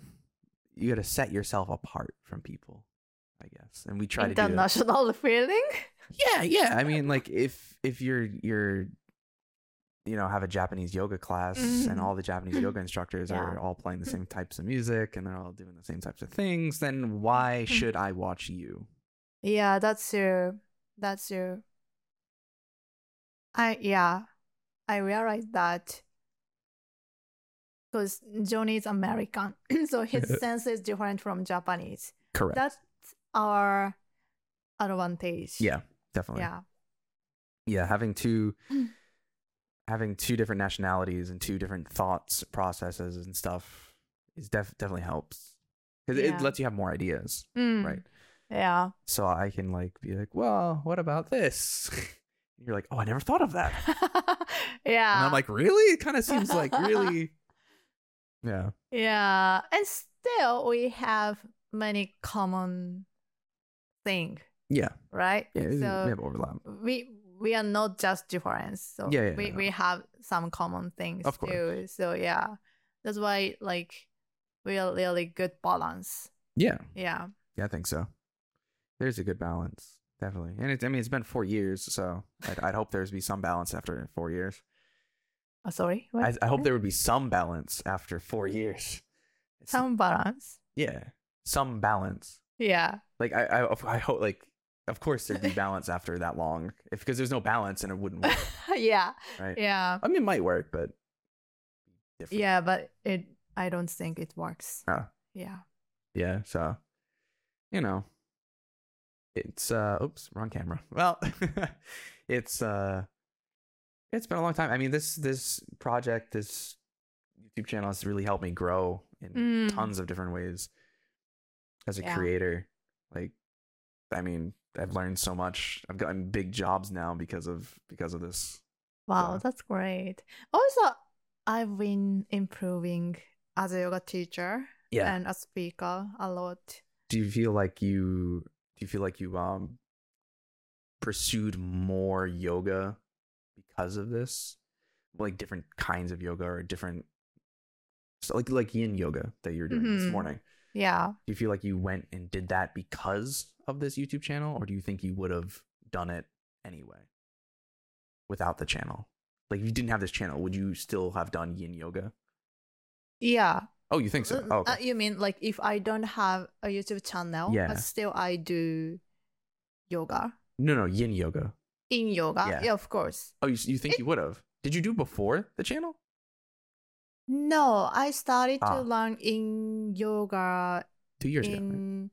you got to set yourself apart from people, I guess. And we try to do [laughs] that. International feeling? Yeah, yeah. I mean, like if if your your you know have a Japanese yoga class, and Mhm. all the Japanese yoga instructors are Yeah. all playing the same types of music, and they're all doing the same types of things. Then why Mhm. should I watch you? Yeah, that's true. That's true. I yeah, I realized that because Johnny is American, [laughs] so [laughs] his sense is different from Japanese. Correct. That's our advantage. yeah, definitely. Yeah. yeah having two Mm. having two different nationalities and two different thoughts processes and stuff is def- definitely helps because Yeah. it lets you have more ideas Mm, right Yeah. [laughs] so i can like be like well what about this [laughs] And you're like oh i never thought of that yeah. and i'm like really it kind of seems [laughs] like really yeah Yeah, and still we have many common thing, yeah right? yeah it- we so have overlap we we are not just difference. So Yeah, yeah, we yeah. we have some common things Of course. too. So yeah, that's why like we are really good balance. yeah Yeah, yeah i think so there's a good balance definitely and it's i mean it's been four years so i'd, I'd hope there's be some balance after four years oh, sorry, what? I, I hope there would be some balance after four years. It's- some balance. yeah, some balance. Yeah, [laughs] Like I, I, of- I hope like of course there'd be balance after that long. If because there's no balance and it [laughs] wouldn't work, yeah, right? yeah, I mean, it might work, but different. yeah. But it, I don't think it works. Oh. Yeah. yeah. So you know, it's uh, oops, wrong camera. [laughs] Well, it's uh, it's been a long time. I mean, this this project, this YouTube channel has really helped me grow in Mm. tons of different ways as a Yeah. creator. Like, I mean, I've learned so much. I've gotten big jobs now because of because of this. Wow, Yeah. that's great. Also, I've been improving as a yoga teacher and a speaker a lot. Do you feel like you do you feel like you um pursued more yoga because of this? Like different kinds of yoga or different so like like yin yoga that you were doing this Mhm. morning. Yeah. Do you feel like you went and did that because of this YouTube channel, or do you think you would have done it anyway without the channel? Like, if you didn't have this channel, would you still have done yin yoga? Yeah. Oh, you think so? Uh, Oh, uh, okay. you mean like if I don't have a YouTube channel, Yeah. but still I do yoga no, no, yin yoga. in yoga? Yeah. of course. Oh, you, you think you would have? Did you do before the channel? No, I started Ah. to learn in yoga Two years ago. right? in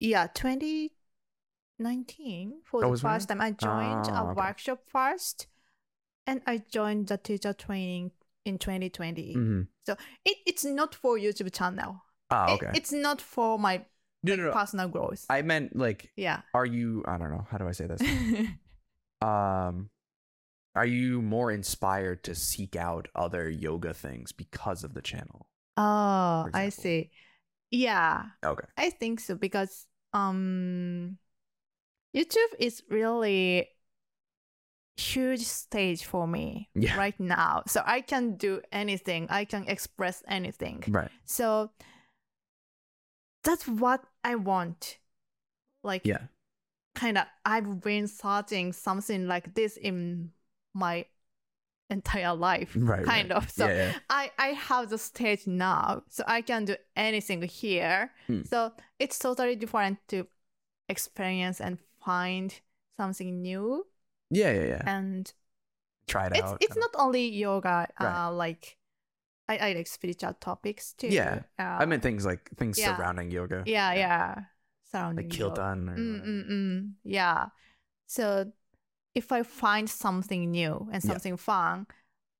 yeah 2019 for Oh, the was it? first time i joined Ah, a okay. workshop first and i joined the teacher training in 2020 Mhm. it, it's not for youtube channel Ah, It- okay. it's not for my no, no, no. personal growth I meant like, yeah are you? I don't know. How do [laughs] I say this? um are you more inspired to seek out other yoga things because of the channel oh i example. see yeah okay I think so because um YouTube is really huge stage for me Yeah. right now. So I can do anything. I can express anything. right So that's what I want. Like yeah kind of I've been searching something like this in my entire life. right kind right. of. So yeah, yeah. I I have the stage now, so I can do anything here. Hmm. So it's totally different to experience and find something new. yeah yeah yeah And try it it's out it's kinda. not only yoga. Right. Uh, like I, I like spiritual topics too. Yeah. Uh, i meant things like things yeah. surrounding yoga yeah, yeah, like surrounding yoga. kildan or Mm, whatever. mm, mm. Yeah. So if I find something new and Yeah. something fun,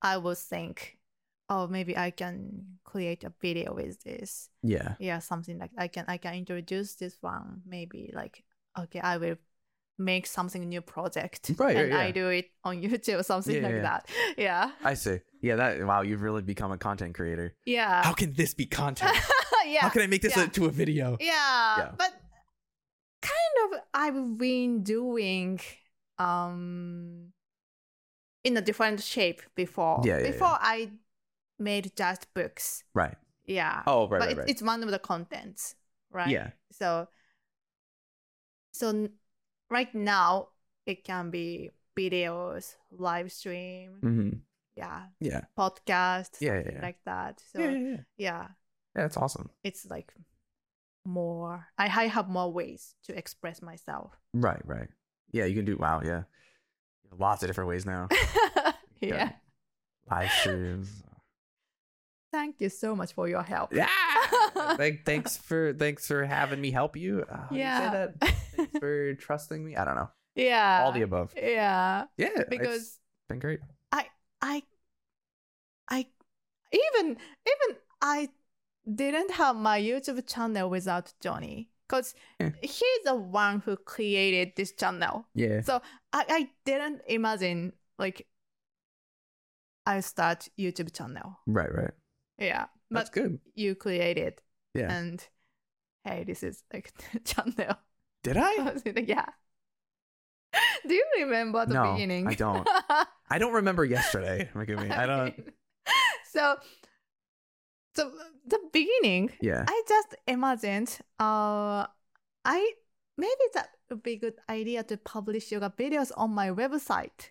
I will think, oh, maybe I can create a video with this. yeah Yeah, something like I can I can introduce this one. Maybe like okay, I will make something new project Right, and right, I yeah. do it on [laughs] YouTube or something Yeah, like yeah. that. [laughs] Yeah, i see yeah that wow you've really become a content creator yeah, how can this be content [laughs] yeah. how can i make this yeah. into a video yeah, Yeah. but kind of i've been doing um in a different shape before Yeah, yeah, yeah. before i made just books right yeah oh right but right, it- right. it's one of the contents right yeah so so n- right now it can be videos, live stream, hmm yeah, Yeah. podcast, Yeah, yeah, something yeah. like that. So yeah, yeah, yeah, yeah. That's awesome. it's like more. I, I have more ways to express myself. [laughs] Right, right. Yeah, you can do. Wow, yeah. Lots of different ways now. yeah. Live [laughs] streams. Thank you so much for your help. Yeah. like, thanks for thanks for having me help you. Uh, how do you say Yeah. that? [laughs] Thanks for trusting me. I don't know. [laughs] yeah. All the above. Yeah. Yeah. it's Because been great. I I even even I didn't have my YouTube channel without Johnny because Yeah. he's the one who created this channel. Yeah. I, I didn't imagine like I start YouTube channel. Right, right. Yeah. That's But good. you created Yeah. and hey this is like [laughs] channel. [laughs] Did I? yeah. Do you remember the No, beginning? I [laughs] don't. I don't remember yesterday. Look at me. I don't. mean, so, so the beginning, Yeah. I just imagined, uh, I maybe that would be a good idea to publish yoga videos on my website.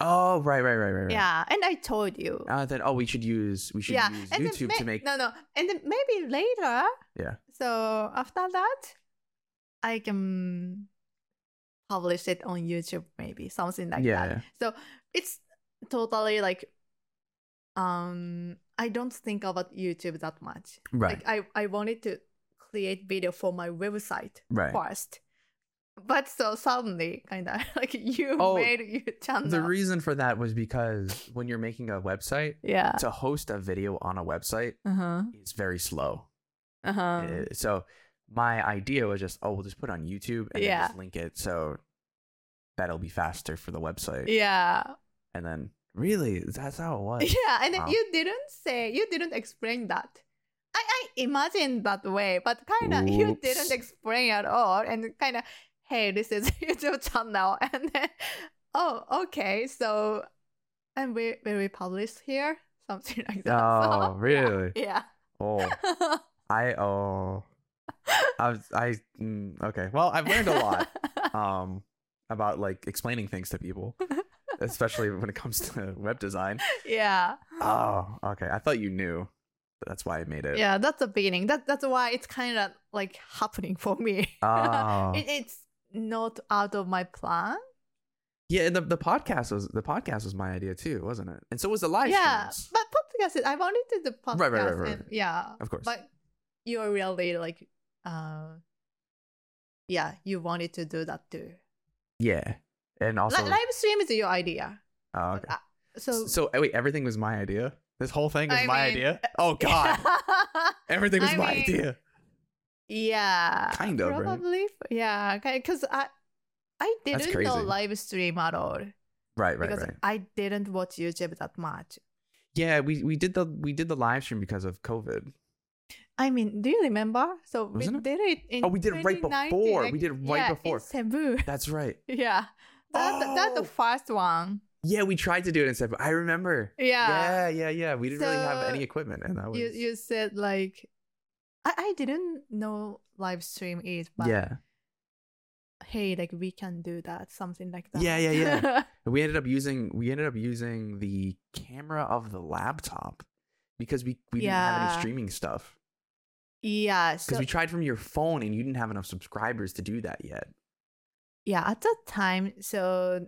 Oh, right, right, right, right, right. Yeah, and I told you. Uh, then oh, we should use we should yeah, use and then YouTube may- to make no, no, and then maybe later. Yeah. So after that, I can publish it on YouTube, maybe something like yeah, that. So it's totally like um I don't think about YouTube that much. right, Like I, I wanted to create video for my website right. first. But so suddenly kinda [laughs] like you Oh, made your channel. The reason for that was because when you're making a website, yeah. to host a video on a website Uh-huh. is very slow. Uh-huh. Uh, so my idea was just, oh, we'll just put it on YouTube and then Yeah. just link it so that'll be faster for the website. Yeah. And then really, that's how it was. [laughs] Yeah. And Wow. you didn't say you didn't explain that. I, I imagined that way, but kinda you Oops. didn't explain at all and kinda hey, this is [laughs] YouTube channel [laughs] and then oh okay, so and we will we publish here? Something [laughs] like that. Oh, So, [laughs] really? Yeah. Oh, I oh, I was- I mm, okay. Well, I've learned a lot. [laughs] um about like explaining things to people especially when it comes to [laughs] web design yeah. oh okay i thought you knew that's why i made it Yeah, [laughs] that's the beginning. That that's why it's kinda like happening for me. oh it, it's not out of my plan. yeah and the, the podcast was the podcast was my idea too wasn't it and so was the live yeah, streams but podcast. is- I wanted to do podcast. Right, right, right, right, and- right. yeah, of course but you're really like, uh, yeah, you wanted to do that too. yeah and Li- also live stream is your idea. oh, okay. Uh, so, so eh, wait everything was my idea this whole thing was I my mean- idea [laughs] oh god everything was I my mean- idea yeah, Kind of, right? probably. Yeah, because I, I That's didn't know crazy. live stream at all right right because right I didn't watch YouTube that much. yeah we we did the we did the live stream because of covid I mean, do you remember? So we Wasn't it- did it in Oh, we did it right 2019, before. like- We did it right yeah, in before. Cebu. that's right Yeah. That, That's Oh. the first one. Yeah, we tried to do it instead, but I remember. Yeah. Yeah, yeah, yeah. We didn't really have So, any equipment, and that was You, you said like, I, I didn't know live stream is, but yeah. hey, like we can do that, something like that. Yeah, yeah, yeah. We ended up using we ended up using the camera of the laptop because we we didn't have any Yeah. streaming stuff [laughs] yeah. because So, we tried from your phone and you didn't have enough subscribers to do that yet. yeah, at that time, so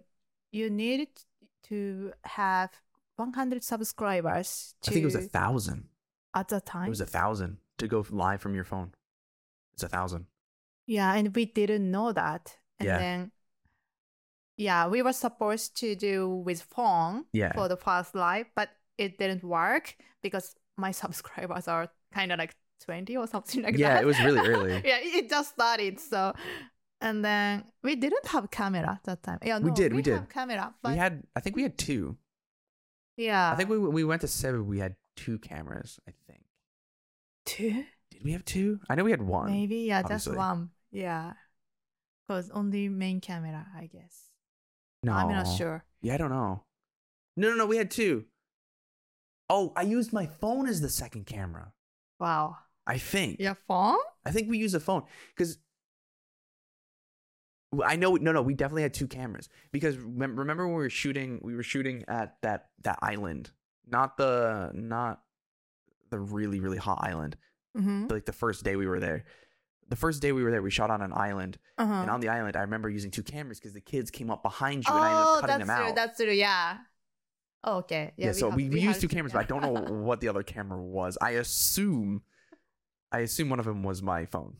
you needed to have 100 subscribers to I think it was a thousand. at that time. It was a thousand to go live from your phone. It's a thousand. Yeah, and we didn't know that. And Yeah. then yeah, we were supposed to do with phone Yeah. for the first live, but it didn't work because my [laughs] subscribers are kind of like 20 or something like yeah, that. [laughs] it was really early. yeah, it it just started. So and then we didn't have camera that time. Yeah, We no, did, we did. have camera, but we had I think we had two. yeah, I think we we went to Cebu. We had two cameras. I think. two, Did we have two? I know we had one. maybe yeah, obviously. just one. Yeah, because only main camera, I guess. No, I'm not sure. Yeah, I don't know. No, no, no. We had two. Oh, I used my phone as the second camera. Wow, I think. your phone? I think we used a phone because I know. No, no, we definitely had two cameras because remem- remember when we were shooting, we were shooting at that that island, not the not the really really hot island. Mm-hmm. Like the first day we were there, the first day we were there, we shot on an island, and Uh-huh. on the island, I remember using two cameras because the kids came up behind you and I ended Oh, up that's cutting them out. true. That's true. Yeah. Oh, okay. yeah, Yeah. so have- we, we used have- two cameras, but I don't [laughs] know what the other camera was. I assume, I assume one of them was my phone.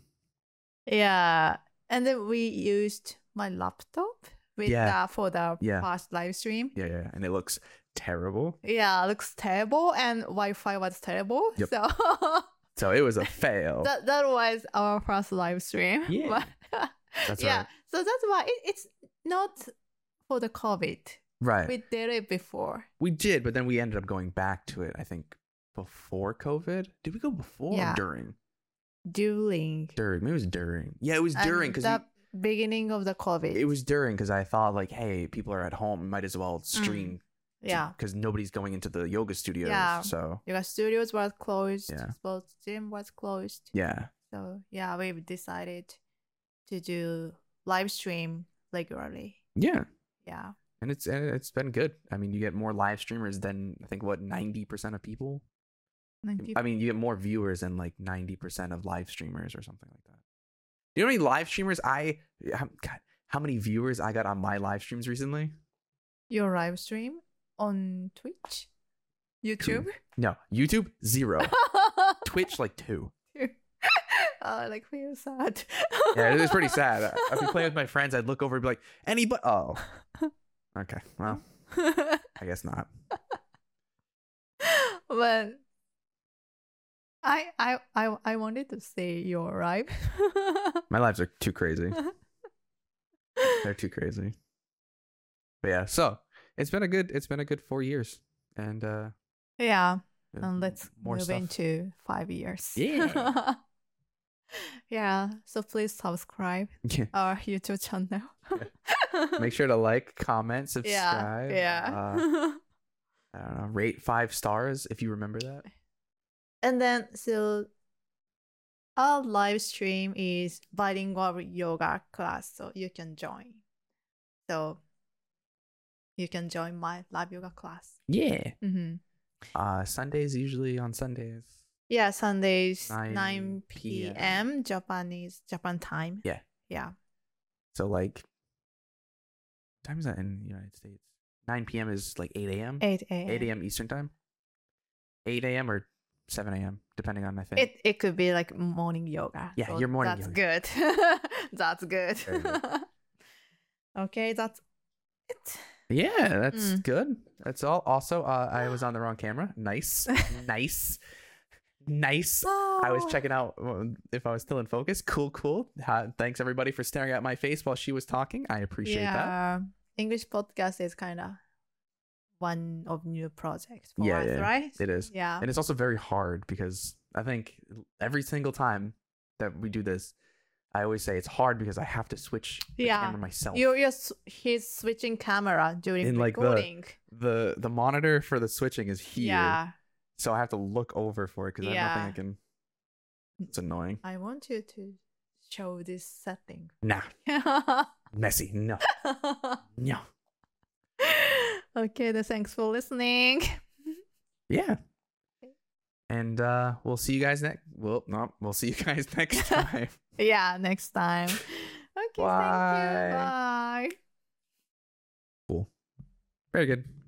yeah, and then we used my laptop with Yeah. uh, for the Yeah. past live stream. Yeah, yeah, and it looks terrible. Yeah, looks terrible, and Wi-Fi was terrible. Yep. Oh. So [laughs] So it was a fail. that that was our first live stream. [laughs] Yeah. But- That's yeah. So that's why it, it's not for the COVID. right. Right. We did it before. We did, but then we ended up going back to it. I think before COVID. Did we go before Yeah. or during? Dueling. During. Maybe it was during. Yeah, it was during because the beginning of the COVID. it was during because I thought like, hey, people are at home, might as well stream. Mm, yeah. Because nobody's going into the yoga studios. Yeah. So Yoga studios were closed. Yeah. Sports gym was closed. yeah, So yeah, we decided to do live stream regularly. yeah, Yeah. and it's and it's been good. I mean, you get more live streamers than I think what ninety percent of people. I mean, you get more viewers than like ninety percent of live streamers or something like that. You know how many live streamers I? how- God, how many viewers I got on my live streams recently? Your live stream on Twitch, [laughs] YouTube. No, YouTube zero, Oh, Twitch like two. oh, like feel sad. Yeah, it was pretty sad. [laughs] I- I'd be playing with my friends. I'd look over and be like, anybody? Oh, okay. Well, I guess not. but I I I I wanted to say you're right. My lives are too crazy. They're too crazy. But yeah, so it's been a good it's been a good four years, and uh, [laughs] yeah, uh, and Um, let's more move stuff. into five years. Yeah. [laughs] yeah. So please subscribe [laughs] Yeah. our uh, YouTube channel. [laughs] Make sure to like, comment, yeah, subscribe. yeah. uh, I don't know, rate five stars if you remember that. [laughs] and then so our live stream is bilingual yoga class, so you can join. So you can join my live yoga class. Yeah. hmm Uh, Sundays usually on Sundays. Yeah, Sundays 9 9, PM. p.m. Japanese Japan time. Yeah. Yeah. So like, what time is that in the United States? 9 p.m. is like 8 a.m. 8 a.m. 8 a.m. Eastern time. 8 a.m. or 7 a.m. depending on I think. It it could be like morning yoga. Yeah, your morning That's yoga. good. [laughs] that's good. Very good. [laughs] okay, that's it. yeah, that's Mm. good. That's all. Also, uh, I was on the wrong camera. [laughs] Nice, nice, nice. I was No. checking out um, if I was still in focus. Cool, cool. Uh, thanks everybody for staring at my face while she was talking. I appreciate that. yeah. English podcast is kind of one of new projects for Yeah, us, yeah, right? It is. Yeah. And it's also very hard because I think every single time that we do this, I always say it's hard because I have to switch the Yeah. camera myself. You you're s- he's switching camera during In, like, the recording. the the monitor for the switching is here, yeah. so I have to look over for it because I have Yeah. nothing I can. It's annoying. I want you to show this setting. [laughs] Nah, messy. No, no. okay, then thanks for listening. Yeah. And uh, we'll see you guys next. Well, no, we'll see you guys [laughs] next [laughs] time. Yeah, next time. Okay, thank you. Bye. Bye. Very good.